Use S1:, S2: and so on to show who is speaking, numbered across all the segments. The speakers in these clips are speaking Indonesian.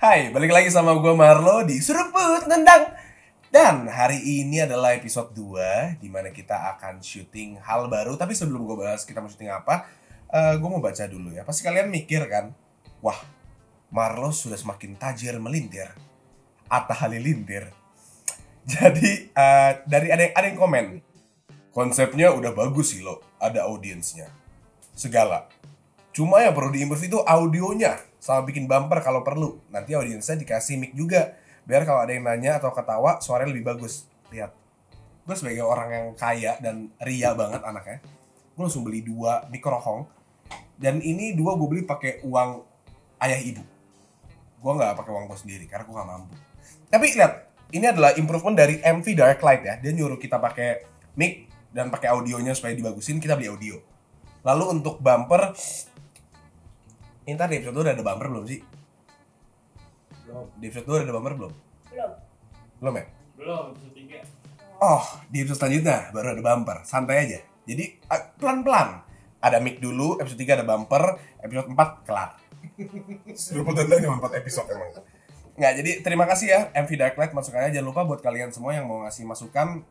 S1: Hai, balik lagi sama gue Marlo di Seruput Nendang Dan hari ini adalah episode 2 Dimana kita akan syuting hal baru Tapi sebelum gue bahas kita mau syuting apa Gue mau baca dulu ya Pasti kalian mikir kan Wah, Marlo sudah semakin tajir melintir Atta Halilintir Jadi eh, dari ada yang, ada yang komen Konsepnya udah bagus sih lo Ada audiensnya Segala Cuma yang perlu diimprove itu audionya sama bikin bumper kalau perlu. Nanti audiensnya dikasih mic juga biar kalau ada yang nanya atau ketawa suaranya lebih bagus. Lihat. Gue sebagai orang yang kaya dan ria banget anaknya. Gue langsung beli dua mikrofon dan ini dua gue beli pakai uang ayah ibu. Gue nggak pakai uang gue sendiri karena gue nggak mampu. Tapi lihat, ini adalah improvement dari MV Direct Light ya. Dia nyuruh kita pakai mic dan pakai audionya supaya dibagusin, kita beli audio. Lalu untuk bumper ini ntar di episode 2 udah ada bumper belum sih?
S2: Belum.
S1: Di episode 2 udah ada bumper belum?
S3: Belum.
S1: Belum ya?
S2: Belum, episode tiga.
S1: Oh, di episode selanjutnya baru ada bumper. Santai aja. Jadi eh, pelan-pelan. Ada mic dulu, episode 3 ada bumper, episode 4 kelar. Seruput tentang cuma 4 episode emang. Nggak, jadi terima kasih ya MV Darklight masukannya. Jangan lupa buat kalian semua yang mau ngasih masukan,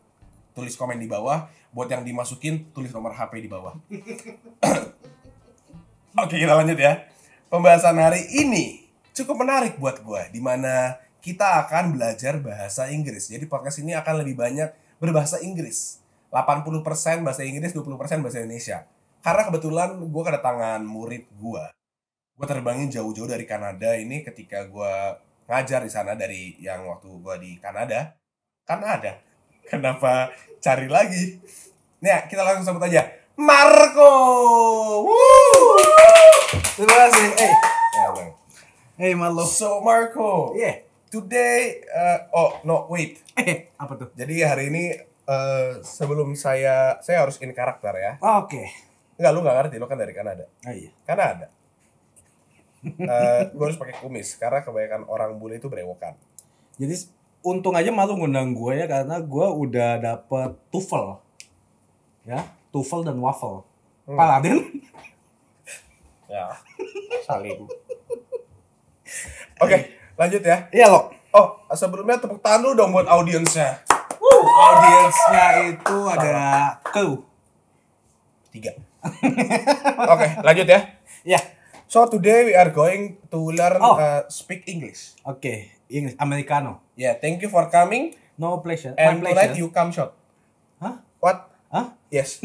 S1: tulis komen di bawah. Buat yang dimasukin, tulis nomor HP di bawah. Oke, kita lanjut ya. Pembahasan hari ini cukup menarik buat gua di mana kita akan belajar bahasa Inggris. Jadi podcast ini akan lebih banyak berbahasa Inggris. 80% bahasa Inggris, 20% bahasa Indonesia. Karena kebetulan gua kedatangan murid gua. Gua terbangin jauh-jauh dari Kanada ini ketika gua ngajar di sana dari yang waktu gua di Kanada. Kanada. Kenapa cari lagi? Nah, kita langsung sambut aja. Marco! Woo!
S4: Terima kasih. Hey,
S1: Ya, Bang.
S4: hey Marlo.
S1: So Marco,
S4: Yeah.
S1: today, uh, oh no wait.
S4: Eh, apa tuh?
S1: Jadi hari ini eh, sebelum saya saya harus in karakter ya.
S4: Oke.
S1: Enggak lu nggak ngerti lu kan dari Kanada.
S4: Oh iya.
S1: Kanada. Eh, gue harus pakai kumis karena kebanyakan orang bule itu berewokan.
S4: Jadi untung aja malu ngundang gue ya karena gue udah dapet tuvel. Ya, tuvel dan waffle.
S1: Hmm.
S4: Paladin.
S1: Ya. Salim. Oke, lanjut ya.
S4: Iya lo.
S1: Oh, sebelumnya tepuk tangan dulu dong buat audiensnya. Uh.
S4: Audiensnya itu ada kau.
S1: Tiga. Oke, lanjut ya.
S4: Ya.
S1: So today we are going to learn
S4: Oh.
S1: uh, speak English.
S4: Oke. Inggris Americano.
S1: Yeah, thank you for coming.
S4: No pleasure. My
S1: And tonight
S4: pleasure.
S1: you come short.
S4: Hah?
S1: What?
S4: Hah?
S1: Yes.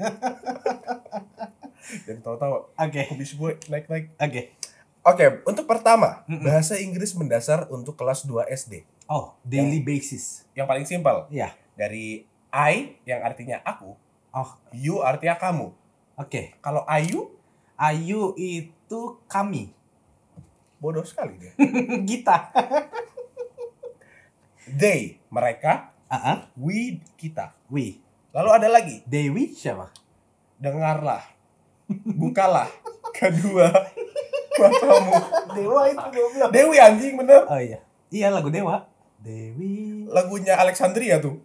S1: Jadi tahu-tahu
S4: Oke.
S1: habis gue naik-naik.
S4: Oke.
S1: Oke, untuk pertama, bahasa Inggris mendasar untuk kelas 2 SD.
S4: Oh,
S1: Ya.
S4: daily basis.
S1: Yang paling simpel
S4: Ya.
S1: dari I yang artinya aku,
S4: Oh,
S1: you artinya kamu.
S4: oke.
S1: Kalau ayu
S4: Ayu itu kami.
S1: bodoh sekali dia.
S4: Gita.
S1: They mereka,
S4: Ah, ah.
S1: we kita.
S4: we.
S1: Lalu ada lagi
S4: Dewi siapa?
S1: dengarlah, bukalah, kedua matamu.
S4: Dewa itu goblok.
S1: Dewi anjing bener.
S4: Oh iya. Iya lagu Dewa. Dewi.
S1: Lagunya Alexandria tuh.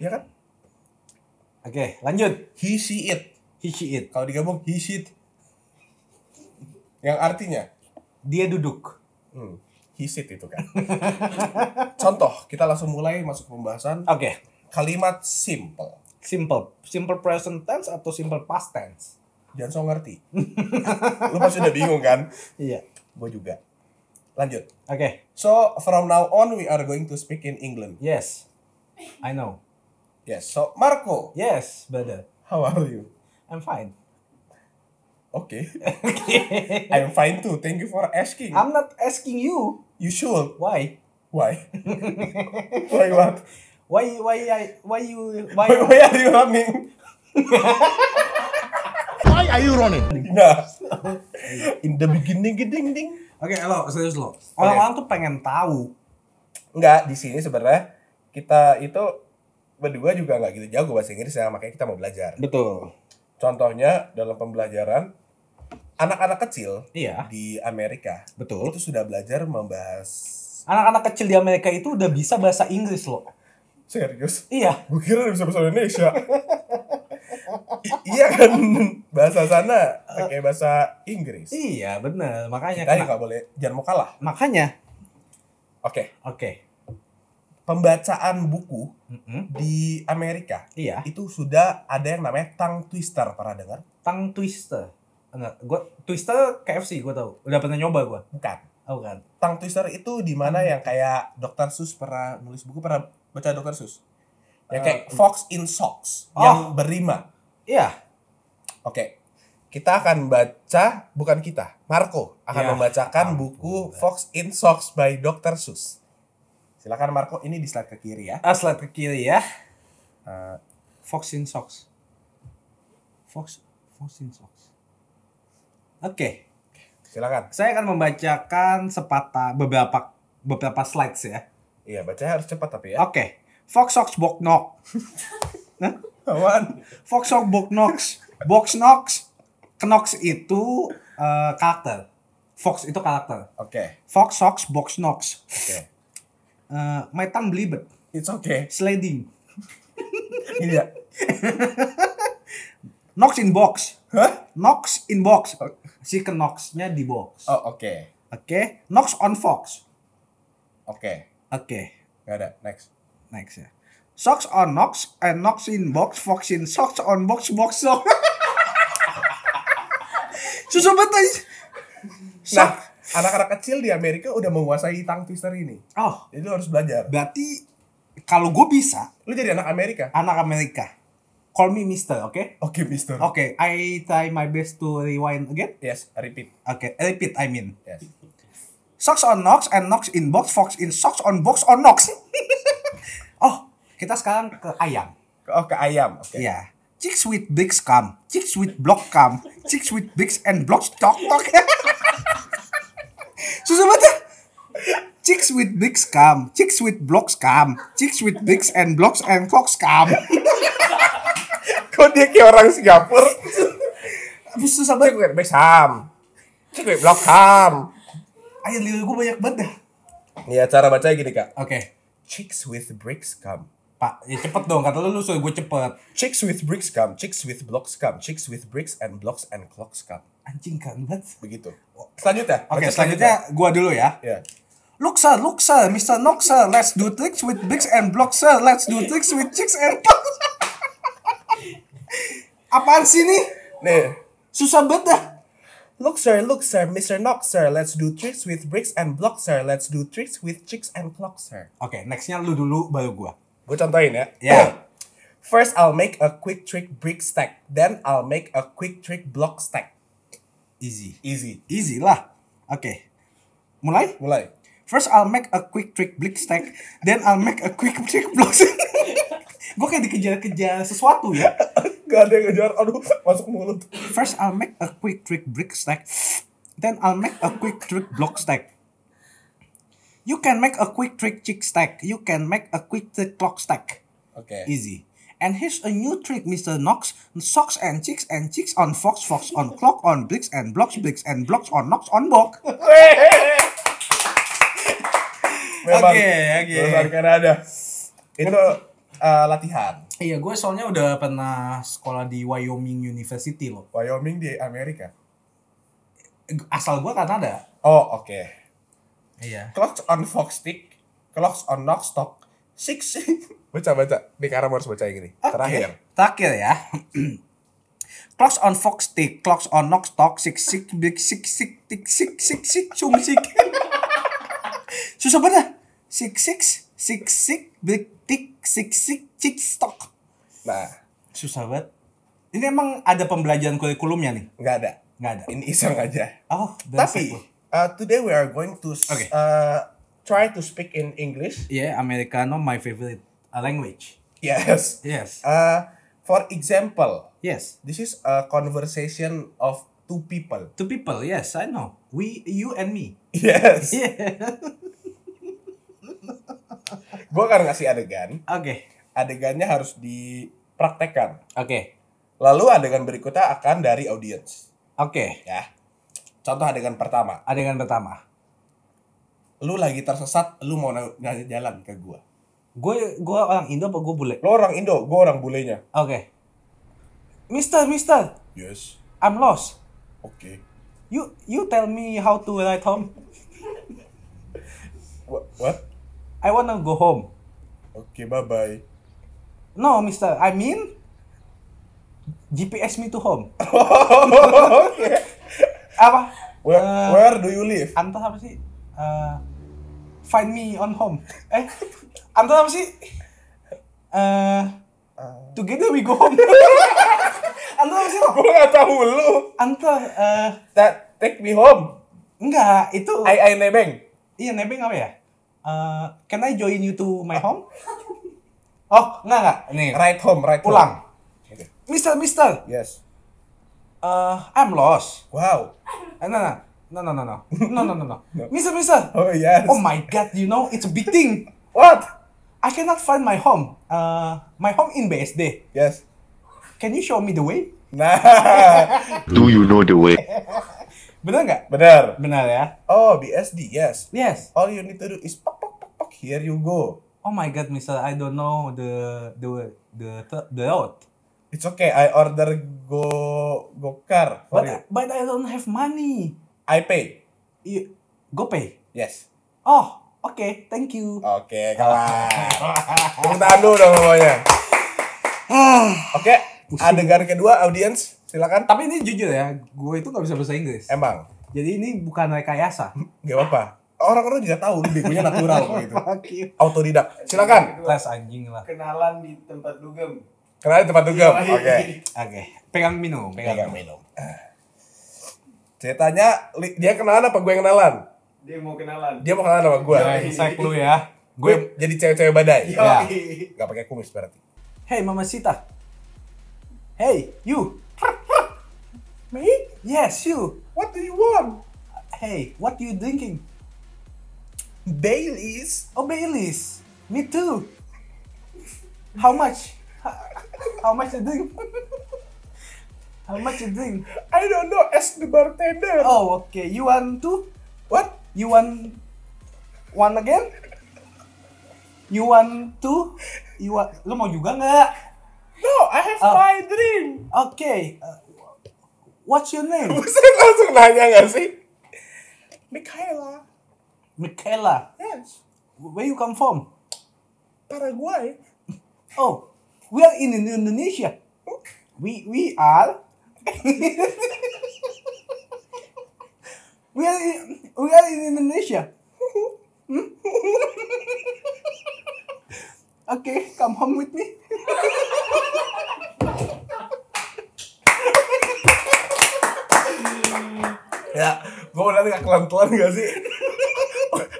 S1: Ya kan?
S4: Oke, lanjut.
S1: He she it.
S4: He she it.
S1: Kalau digabung he shit. Yang artinya
S4: Dia duduk.
S1: hmm, he shit itu kan. Contoh, kita langsung mulai masuk ke pembahasan
S4: Oke.
S1: kalimat simple.
S4: Simple. Simple present tense atau simple past tense?
S1: Jangan so ngerti. Lu pasti udah bingung kan?
S4: Iya.
S1: Gue juga. Lanjut.
S4: Oke.
S1: So from now on we are going to speak in England.
S4: Yes. I know.
S1: Yes. So Marco,
S4: Yes, brother.
S1: how are you?
S4: I'm fine.
S1: Okay. I'm fine too. Thank you for asking.
S4: I'm not asking you
S1: you should.
S4: why.
S1: Why? why what?
S4: Why why I why you why
S1: Why, why are you running?
S2: Why are you running?
S1: Nah. In the beginning, geding ding.
S4: Oke, lo serius lo. Orang-orang tuh pengen tahu.
S1: Enggak, di sini sebenarnya kita itu berdua juga nggak gitu jago bahasa Inggris ya, makanya kita mau belajar.
S4: Betul.
S1: Contohnya dalam pembelajaran anak-anak kecil
S4: Iya.
S1: di Amerika
S4: Betul.
S1: itu sudah belajar membahas
S4: Anak-anak kecil di Amerika itu udah bisa bahasa Inggris lo.
S1: serius.
S4: Iya.
S1: Gue kira dia bisa bahasa Indonesia. I- iya kan bahasa sana pakai bahasa Inggris.
S4: Iya bener, makanya
S1: Kita
S4: kena-
S1: nggak boleh jangan mau kalah.
S4: makanya,
S1: Oke,
S4: oke,
S1: pembacaan buku
S4: Mm-mm.
S1: di Amerika
S4: iya,
S1: itu sudah ada yang namanya tongue twister pernah dengar?
S4: tang twister, enggak, gua twister KFC gua tahu, udah pernah nyoba gua,
S1: Bukan.
S4: oh kan,
S1: Tongue twister itu di mana yang kayak Dr. Sus pernah nulis buku pernah baca Dr. Sus. Yang kayak Fox in Socks
S4: Eh, Oh.
S1: yang berima.
S4: iya,
S1: Oke. Kita akan baca bukan kita. Marco akan
S4: Ya,
S1: membacakan
S4: ampun.
S1: buku Fox in Socks by Dr. Sus. Silakan Marco, ini di slide ke kiri ya.
S4: aslat Ah, ke kiri ya,
S1: Eh,
S4: Fox in socks, Fox, Fox in socks, oke,
S1: silakan.
S4: saya akan membacakan sepatah beberapa beberapa slides ya,
S1: Iya, bacanya harus cepat tapi ya.
S4: oke, Fox socks bok knock,
S1: Awan.
S4: Fox socks bok knocks, box knocks, knocks itu eh, karakter, Fox itu karakter.
S1: Oke.
S4: Fox socks, box knocks.
S1: Oke.
S4: Uh, my thumb belibet.
S1: It's okay.
S4: Sliding.
S1: Iya.
S4: Knocks in box.
S1: Hah?
S4: Knocks in box. Si ke knocks-nya di box. Oke.
S1: Oh, oke.
S4: Knocks on fox.
S1: Oke.
S4: Oke.
S1: Gak ada. Next.
S4: Next ya. Socks on knocks and knocks in box. Fox in socks on box. Box sock. Susu betul.
S1: Nah,
S4: Sock.
S1: anak-anak kecil di Amerika udah menguasai tang twister ini.
S4: Oh.
S1: Jadi lu harus belajar.
S4: Berarti kalau gue bisa,
S1: Lu jadi anak Amerika.
S4: anak Amerika. Call me mister, oke?
S1: Oke, Mister.
S4: Oke, I try my best to rewind again.
S1: Yes, repeat.
S4: Oke, repeat I mean.
S1: Yes.
S4: Socks on knocks and knocks in box, fox in socks on box on knocks. oh, kita sekarang ke ayam.
S1: Oh, ke ayam. Oke.
S4: Iya. Chicks with bigs come, chicks with block come, chicks with bigs and blocks talk talk. Susah banget. ya? Chicks with bigs come, chicks with blocks come, chicks with bigs and blocks and clocks come.
S1: Kok dia kayak orang Singapura?
S4: Abis susah
S1: Cek gue
S4: banget.
S1: besam. Cek gue blokham.
S4: Ayo liur gue banyak banget dah.
S1: Iya, cara bacanya gini, Kak.
S4: Oke,
S1: Chicks with bricks come.
S4: Pak, ya cepet dong. Kata lu lu suruh gue cepet.
S1: Chicks with bricks come. Chicks with blocks come. Chicks with bricks and blocks and clocks come.
S4: Anjing kan banget.
S1: Begitu. Selanjutnya.
S4: Oke,
S1: baca
S4: selanjutnya gua dulu ya.
S1: Ya.
S4: Look sir, look sir, Mr. Knock sir, let's do tricks with bigs and blocks sir, let's do tricks with chicks and cocks. Apaan sih nih?
S1: Nih.
S4: Susah banget dah.
S1: Look sir, look sir, Mr. Knox sir, let's do tricks with bricks and blocks sir, let's do tricks with chicks and clocks sir.
S4: Oke, nextnya lu dulu baru gua.
S1: Gue contohin ya.
S4: Ya.
S1: First I'll make a quick trick brick stack, then I'll make a quick trick block stack.
S4: Easy.
S1: Easy.
S4: Easy lah. Oke. Mulai?
S1: Mulai.
S4: First I'll make a quick trick blick stack, then I'll make a quick trick blocks. gua kayak dikejar-kejar sesuatu ya.
S1: Gak ada yang ngejar, aduh masuk mulut.
S4: First, I'll make a quick trick brick stack. Then I'll make a quick trick block stack. You can make a quick trick chick stack. You can make a quick trick clock stack.
S1: Oke.
S4: Easy. And here's a new trick, Mr. Knox. Socks and chicks and chicks on fox, fox on clock, on bricks and blocks, bricks and blocks on knocks on box.
S1: Memang
S4: Oke, oke.
S1: urusan Kanada. Itu eh, latihan.
S4: Iya, gue soalnya udah pernah sekolah di Wyoming University loh.
S1: Wyoming di Amerika.
S4: Asal gue Kanada.
S1: Oh, oke.
S4: Iya.
S1: Clocks on Fox Stick, Clocks on Knockstock, Six. baca baca. Nih Karam harus baca yang ini.
S4: Oke,
S1: Terakhir.
S4: Terakhir ya. clocks on fox tick, clocks on knock stock, sik sik big sik sik tick sik sik sik cum sik. Susah banget. dah. Sik sik sik sik big tick sik sik sik stock.
S1: Nah,
S4: Susah banget. Ini emang ada pembelajaran kurikulumnya nih?
S1: nggak ada.
S4: Nggak ada.
S1: Ini iseng aja.
S4: Oh,
S1: Tapi uh, today we are going to s-
S4: Oke.
S1: uh, try to speak in English.
S4: ya yeah, Americano my favorite uh, language.
S1: Yes.
S4: Yes.
S1: Uh, for example,
S4: Yes.
S1: this is a conversation of two people.
S4: To people, yes, I know. We, you and me.
S1: Yes.
S4: Yeah.
S1: Gue akan ngasih adegan.
S4: Oke.
S1: Adegannya harus dipraktekkan.
S4: Oke.
S1: Lalu adegan berikutnya akan dari audience.
S4: Oke.
S1: Ya. Contoh adegan pertama.
S4: Adegan pertama.
S1: lu lagi tersesat, lu mau na- na- jalan ke gua.
S4: Gue gue orang Indo apa gue bule? Oke.
S1: Lu orang Indo, gua orang bulenya.
S4: Mister, Mister,
S1: Yes.
S4: I'm lost.
S1: Oke.
S4: You you tell me how to write home.
S1: What? What?
S4: I wanna go home.
S1: Oke, bye-bye.
S4: No, Mister, I mean GPS me to home.
S1: Oke.
S4: Apa?
S1: Where,
S4: Eh,
S1: where do you live?
S4: Anton apa sih? Eh, find me on home. Eh, Anton apa sih? Eh, together we go home. Anton apa sih lo?
S1: Gue gak tahu lu.
S4: Anton, eh,
S1: Ta- take me home.
S4: enggak itu.
S1: I I nebeng.
S4: Iya nebeng apa ya? Eh, can I join you to my home? Oh, enggak enggak. Nih,
S1: Right home, right
S4: Pulang.
S1: home. Oke.
S4: Mister, Mister,
S1: Yes.
S4: eh, I'm lost.
S1: Wow.
S4: Eh, no, no, no, no, no, no, no, no, no, no. Mister, Mister.
S1: Oh yes.
S4: Oh my God, you know it's a big thing.
S1: What?
S4: I cannot find my home. Uh, my home in BSD.
S1: Yes.
S4: Can you show me the way?
S1: Nah,
S3: Do you know the way?
S4: Benar nggak?
S1: benar.
S4: Benar ya.
S1: Oh, BSD, yes.
S4: Yes.
S1: All you need to do is pok pok pok pok. Here you go.
S4: Oh my God, Mister, I don't know the the the the road.
S1: It's okay. I order go go car for
S4: But
S1: you.
S4: but I don't have money.
S1: I pay.
S4: You, go pay.
S1: Yes.
S4: Oh, okay, thank you.
S1: Oke, kalah. Tepuk tangan dulu dong semuanya. Oke, adegan kedua audience, silakan.
S4: Tapi ini jujur ya, gue itu nggak bisa bahasa Inggris.
S1: Emang,
S4: Jadi ini bukan rekayasa.
S1: nggak apa-apa. Orang-orang juga tahu lu begonya natural kok gitu.
S4: Fuck you.
S1: Autodidak. Silakan.
S4: Les anjing lah. Oke,
S2: Kenalan di tempat dugem.
S1: Kenalin tempat dugem. Oke.
S4: pegang minum, pegang.
S1: Pegang minum.
S4: minum.
S1: Ceritanya li- dia kenalan apa gue yang kenalan?
S2: Dia mau kenalan.
S1: Dia mau kenalan sama gue.
S4: Nah, insight lu ya.
S1: Gue
S4: Gue,
S1: jadi cewek-cewek badai. Ya.
S4: Iya.
S2: Yoi.
S1: Gak pakai kumis berarti.
S4: hey mamacita. Hey, you. Me? Yes, you.
S1: What do you want?
S4: Hey, what you drinking?
S1: Baileys.
S4: Oh, Baileys. Me too. How much? How much you drink? How much you drink?
S1: I don't know. Ask the bartender.
S4: Oh, okay. You want two?
S1: What?
S4: You want one again? You want two? You want? Lu mau juga nggak?
S1: No, I have
S4: Oh.
S1: my drink.
S4: Oke. uh, what's your name?
S1: Buset langsung nanya gak sih? Michaela.
S4: Michaela.
S1: Yes.
S4: Where you come from?
S1: Paraguay.
S4: Oh, we are in Indonesia. We we are. we are in, we are in Indonesia. Hmm? okay, come home with me.
S1: Ya, gue udah gak kelan-kelan gak sih?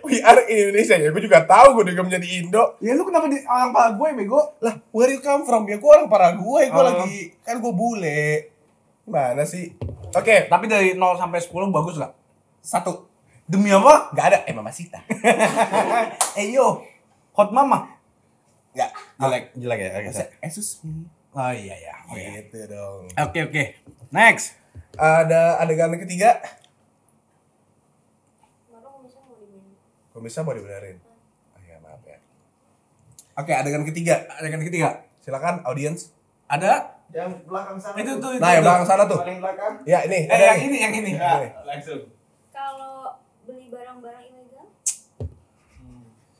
S1: We are in Indonesia ya, gue juga tahu gue udah menjadi Indo.
S4: Ya lu kenapa di orang pala gue bego?
S1: lah where you come from ya gue orang Paraguay gue
S4: Oh.
S1: lagi kan gue bule mana sih oke
S4: Tapi dari 0 sampai 10 bagus gak?
S1: satu
S4: Demi apa?
S1: nggak ada eh mama Sita
S4: Eh yo, hot mama.
S1: nggak Ah, jelek
S4: jelek ya. Oke.
S1: Masa, excuse me
S4: Oh iya ya. Oke
S1: gitu dong
S4: oke. Next.
S1: ada adegan ketiga komisa mau dibenerin oh, ya maaf ya oke adegan ketiga
S4: Adegan ketiga.
S1: silakan audience
S4: Ada?
S2: Yang belakang sana.
S4: Itu tuh. Itu,
S1: nah yang
S4: itu.
S1: belakang sana tuh
S2: Paling belakang.
S1: ya ini
S4: Eh yang ini yang ini.
S2: Ya, langsung.
S5: Kalau beli barang-barang ilegal,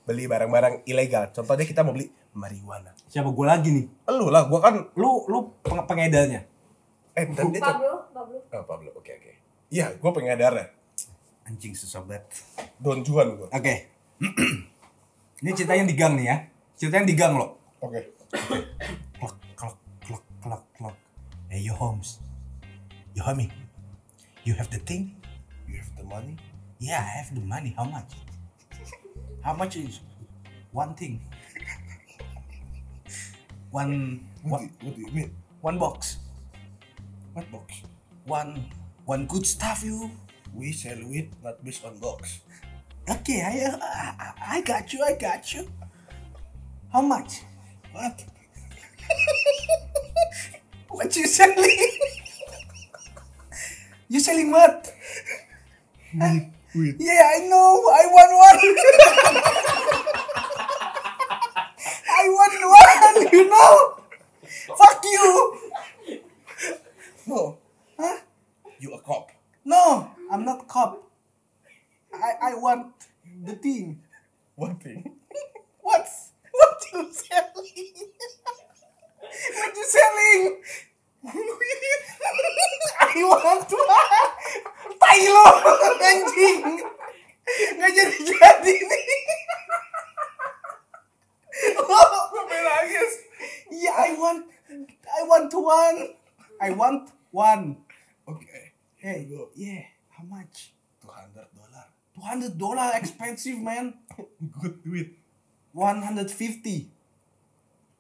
S1: beli barang-barang ilegal contohnya kita mau beli marijuana
S4: Siapa gue lagi nih?
S1: elu lah gue kan
S4: Lu lu peng pengedarnya.
S1: eh tadi dia
S5: Pablo, Pablo.
S1: Oh, Pablo. Oke, oke. Iya, gue pengedarnya.
S4: Anjing susah banget.
S1: Don Juan gue. Oke.
S4: Oke. ini ceritanya di gang nih ya. Ceritanya di gang loh. Klok klok klok klok klok. Hey yo Holmes. Yo homie. You have the thing?
S1: You have the money?
S4: Yeah, I have the money. How much? How much is one thing? One
S1: What,
S4: one,
S1: do- what do you mean?
S4: one box.
S1: What box?
S4: One one good stuff you.
S1: We sell weed not based on box.
S4: Okay, I, I I got you. I got you. How much?
S1: What?
S4: What you selling? you selling what? Huh?
S1: Weed.
S4: Yeah, I know. I want one. I want one. You know? Fuck you. anjing. I want to. Tai lo anjing. Nggak jadi-jadi nih. Oh,
S1: Sampai nangis.
S4: Ya I want I want to one. I want one.
S1: Oke.
S4: Hey, yeah, how much?
S1: 200 dolar.
S4: 200 dollar expensive man.
S1: Good duit.
S4: 150.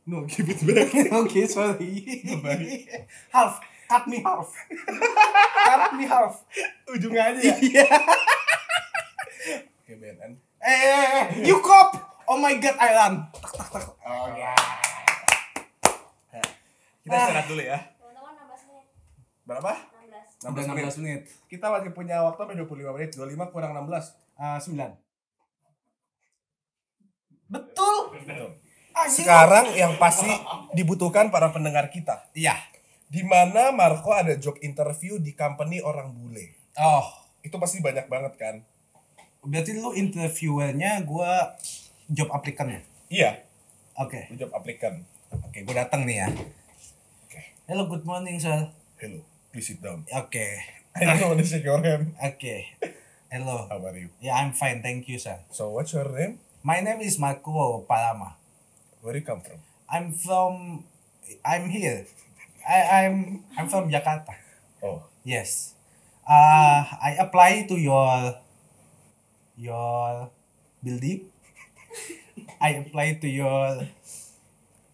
S1: No, give it back.
S4: okay, sorry.
S1: Bye-bye.
S4: half. Cut me half. Cut me half.
S1: Ujung aja ya.
S4: Yeah.
S1: Oke, BNN.
S4: Eh, eh, eh, you cop. Oh my god, I run. Tak, tak, tak.
S1: Oh, ya. Kita
S4: Ah.
S1: istirahat dulu ya.
S5: Teman-teman 16 menit,
S1: Berapa? 16 menit.
S5: 16.
S4: menit.
S1: Kita masih punya waktu sampai 25 menit. 25 kurang 16.
S4: Ah, 9. Betul. Ah, Anjing.
S1: Sekarang yang pasti dibutuhkan para pendengar kita.
S4: Iya.
S1: Di mana Marco ada job interview di company orang bule.
S4: Oh,
S1: Itu pasti banyak banget kan?
S4: berarti lu interviewernya gua job applicant-nya.
S1: Iya,
S4: Oke.
S1: lu job applicant.
S4: Oke, gua datang nih ya. Hello, good morning, sir.
S1: Hello, please sit down.
S4: Oke.
S1: I don't want to shake your hand.
S4: Oke. Hello.
S1: How are you?
S4: Yeah, I'm fine. Thank you, sir.
S1: So what's your name?
S4: My name is Marco Palama.
S1: Where you come from?
S4: I'm from I'm here. I I'm I'm from Jakarta.
S1: Oh,
S4: Yes. Uh I apply to your your building. I apply to your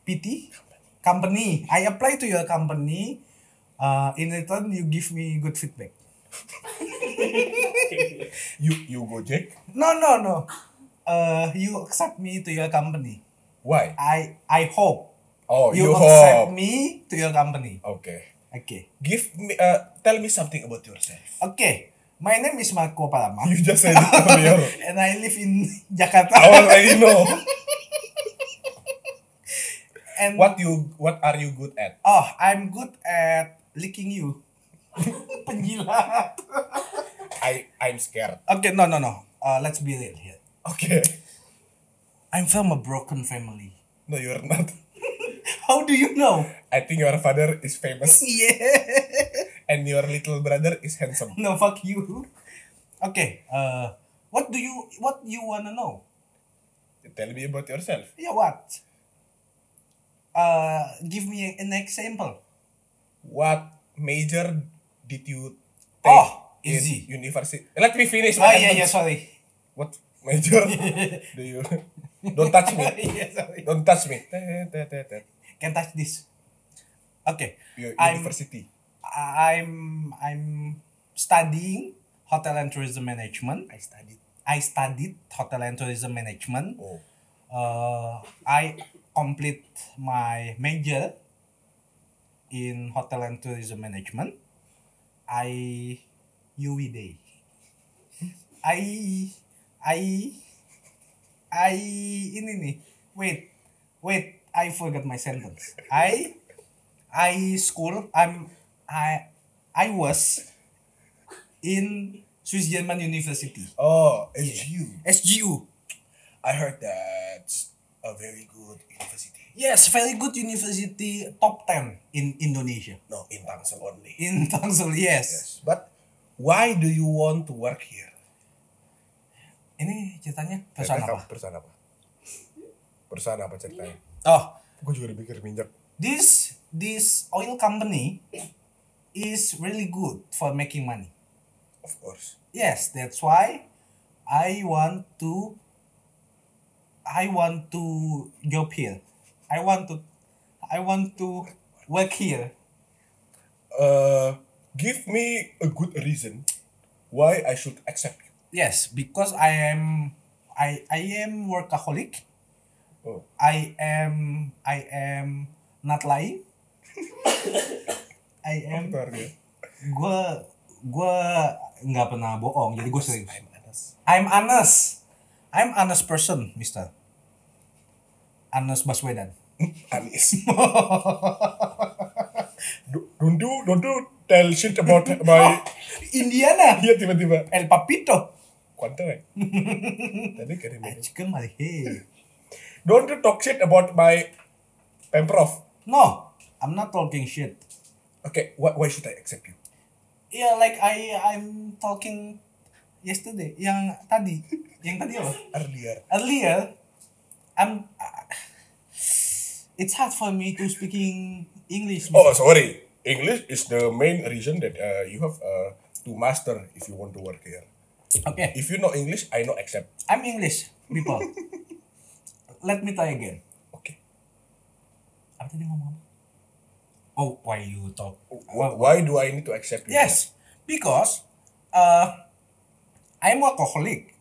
S4: PT company. I apply to your company. Uh, in return, you give me good feedback.
S1: you you go Jack?
S4: No, no, no. Uh, you accept me to your company.
S1: Why?
S4: I I hope
S1: Oh,
S4: you,
S1: you,
S4: accept
S1: hope.
S4: me to your company.
S1: Okay.
S4: Okay.
S1: Give me uh, tell me something about yourself.
S4: Okay. My name is Marco Palama.
S1: You just said it earlier.
S4: and I live
S1: I
S4: in Jakarta.
S1: already know.
S4: and
S1: What you what are you good at?
S4: Oh, I'm good at licking you. Penjilat.
S1: I I'm scared.
S4: Okay, no, no, no. Uh, let's be real here.
S1: Okay.
S4: I'm from a broken family.
S1: No, you're not.
S4: How do you know?
S1: I think your father is famous
S4: Yeah.
S1: and your little brother is handsome.
S4: no, fuck you. Okay. Uh, what do you what you wanna know?
S1: Tell me about yourself.
S4: Yeah, what? Uh, give me an example.
S1: What major did you take
S4: Oh,
S1: in
S4: easy.
S1: university? Let me finish.
S4: Oh
S1: my
S4: yeah, yeah,
S1: sentence.
S4: sorry.
S1: What major do you? Don't touch me.
S4: yeah, sorry.
S1: Don't touch me. Te- te- te- te.
S4: Can touch this. Okay.
S1: Your
S4: I'm-
S1: University.
S4: I'm I'm studying hotel and tourism management.
S1: I studied.
S4: I studied hotel and tourism management.
S1: Oh,
S4: Uh, I complete my major in hotel and tourism management. I UWI day. I I I ini nih. Wait, wait. I forgot my sentence. I I school. I'm I I was in Swiss German University.
S1: oh, SGU.
S4: SGU.
S1: I heard that's a very good university.
S4: Yes, very good university, top 10 in Indonesia.
S1: No, in Tangsel only.
S4: In Tangsel, yes.
S1: Yes, but why do you want to work here?
S4: Ini ceritanya perusahaan
S1: Cerita-
S4: apa?
S1: Perusahaan apa? Perusahaan apa ceritanya?
S4: Oh,
S1: Gue juga udah pikir minyak.
S4: this this oil company is really good for making money.
S1: Of course.
S4: Yes, that's why I want to I want to job here. I want to I want to work here.
S1: Uh, give me a good reason why I should accept you.
S4: Yes, because I am I I am workaholic.
S1: Oh.
S4: I am I am not lying. I am
S1: Bentar ya.
S4: gue gue nggak pernah bohong jadi gue serius.
S1: I'm honest.
S4: I'm honest. I'm honest person, Mister. Honest Baswedan.
S1: Anis. Do- don't do, don't do tell shit about my...
S4: Indiana.
S1: Iya tiba-tiba.
S4: El Papito.
S1: Kuantan ya? Tadi kirim
S4: I
S1: ini.
S4: chicken my head.
S1: Don't you talk shit about my Pemprov.
S4: No, I'm not talking shit.
S1: Okay, why, why should I accept you?
S4: Yeah, like I I'm talking yesterday yang tadi, yang tadi apa?
S1: Earlier.
S4: Earlier, I'm. uh, it's hard for me to speaking English.
S1: Oh, sorry. English is the main reason that uh, you have uh, to master if you want to work here.
S4: Okay,
S1: If you know English, I know accept.
S4: I'm English people. Let me try again.
S1: Okay.
S4: Apa tadi ngomong? apa? Oh, why you talk?
S1: Wh- Why do I need to accept you?
S4: Yes, because uh, I'm workaholic.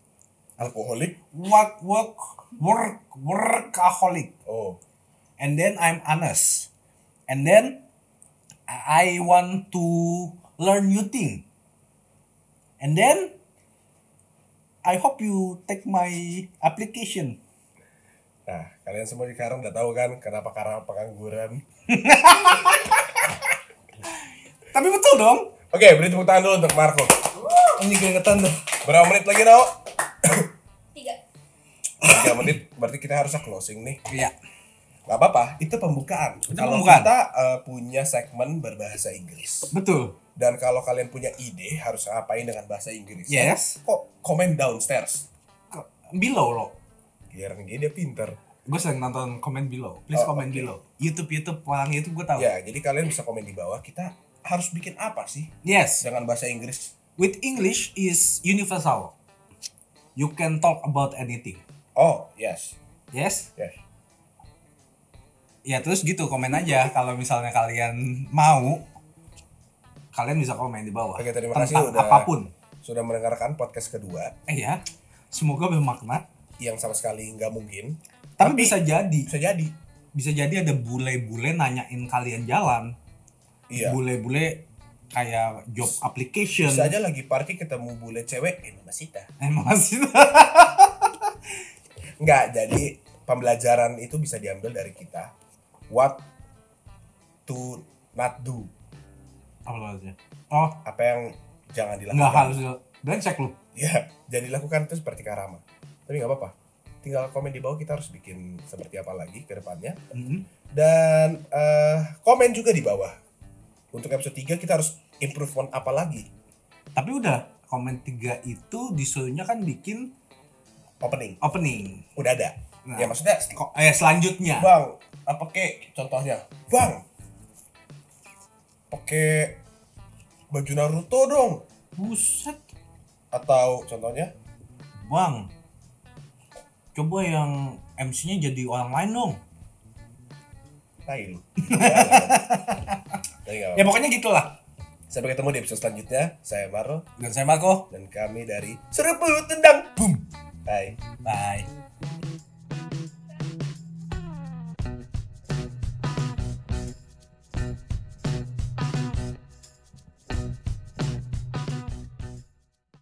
S1: Alcoholic?
S4: Work, work, work, workaholic.
S1: Oh.
S4: And then I'm honest. And then I want to learn new thing. And then I hope you take my application.
S1: Nah, kalian semua sekarang udah tahu kan kenapa karena pengangguran.
S4: Tapi betul dong.
S1: Oke, beri tepuk tangan dulu untuk Marco.
S4: Ini keringetan tuh.
S1: Berapa menit lagi, Nao?
S5: Tiga.
S1: 3 menit, berarti kita harusnya closing nih.
S4: Iya.
S1: Gak apa-apa, itu pembukaan.
S4: Itu
S1: kalau
S4: pembukaan.
S1: kita eh, punya segmen berbahasa Inggris.
S4: Betul.
S1: Dan kalau kalian punya ide harus ngapain dengan bahasa Inggris.
S4: Yes.
S1: Kok komen downstairs?
S4: Below loh.
S1: Giliran gini dia pinter.
S4: Gue sering nonton comment below. Please
S1: Oh,
S4: comment
S1: oke.
S4: below. YouTube YouTube orang YouTube gue tahu.
S1: Ya, jadi kalian bisa komen di bawah. Kita harus bikin apa sih
S4: Yes.
S1: dengan bahasa Inggris?
S4: With English is universal. You can talk about anything.
S1: Oh, yes.
S4: Yes.
S1: Yes.
S4: Ya terus gitu komen aja kalau misalnya kalian mau kalian bisa komen di bawah.
S1: Oke, terima kasih
S4: Tentang
S1: udah-
S4: apapun.
S1: Sudah mendengarkan podcast kedua
S4: Eh ya, semoga bermakna.
S1: yang sama sekali nggak mungkin.
S4: Tapi, bisa jadi,
S1: Bisa jadi.
S4: bisa jadi ada bule-bule nanyain kalian jalan.
S1: Iya.
S4: Bule-bule kayak job application.
S1: Bisa aja lagi party ketemu bule cewek, eh Mas Sita.
S4: Emang masih
S1: Enggak, jadi pembelajaran itu bisa diambil dari kita. What to not do.
S4: apa lo aja? Oh,
S1: Apa yang jangan dilakukan.
S4: nggak harus dan cek lu.
S1: Ya, jangan dilakukan itu seperti karama. Tapi nggak apa-apa. Tinggal komen di bawah kita harus bikin seperti apa lagi ke depannya.
S4: Mm-mm.
S1: Dan eh, komen juga di bawah. Untuk episode 3 kita harus improvement apa lagi?
S4: Tapi udah komen tiga itu disuruhnya kan bikin
S1: Opening.
S4: opening.
S1: Udah ada.
S4: Nah,
S1: Ya maksudnya,
S4: ko- eh selanjutnya.
S1: Bang, apa kek contohnya? Bang, pakai baju Naruto dong.
S4: Buset,
S1: Atau contohnya,
S4: Bang. Coba yang MC-nya jadi orang lain dong.
S1: tai lu. Tapi nggak
S4: Ya
S1: apa-apa.
S4: pokoknya gitulah.
S1: Iya, Sampai ketemu di episode selanjutnya. Saya Marlo
S4: Dan saya Marco.
S1: dan kami dari Serbu Tendang. Boom. Bye.
S4: Bye.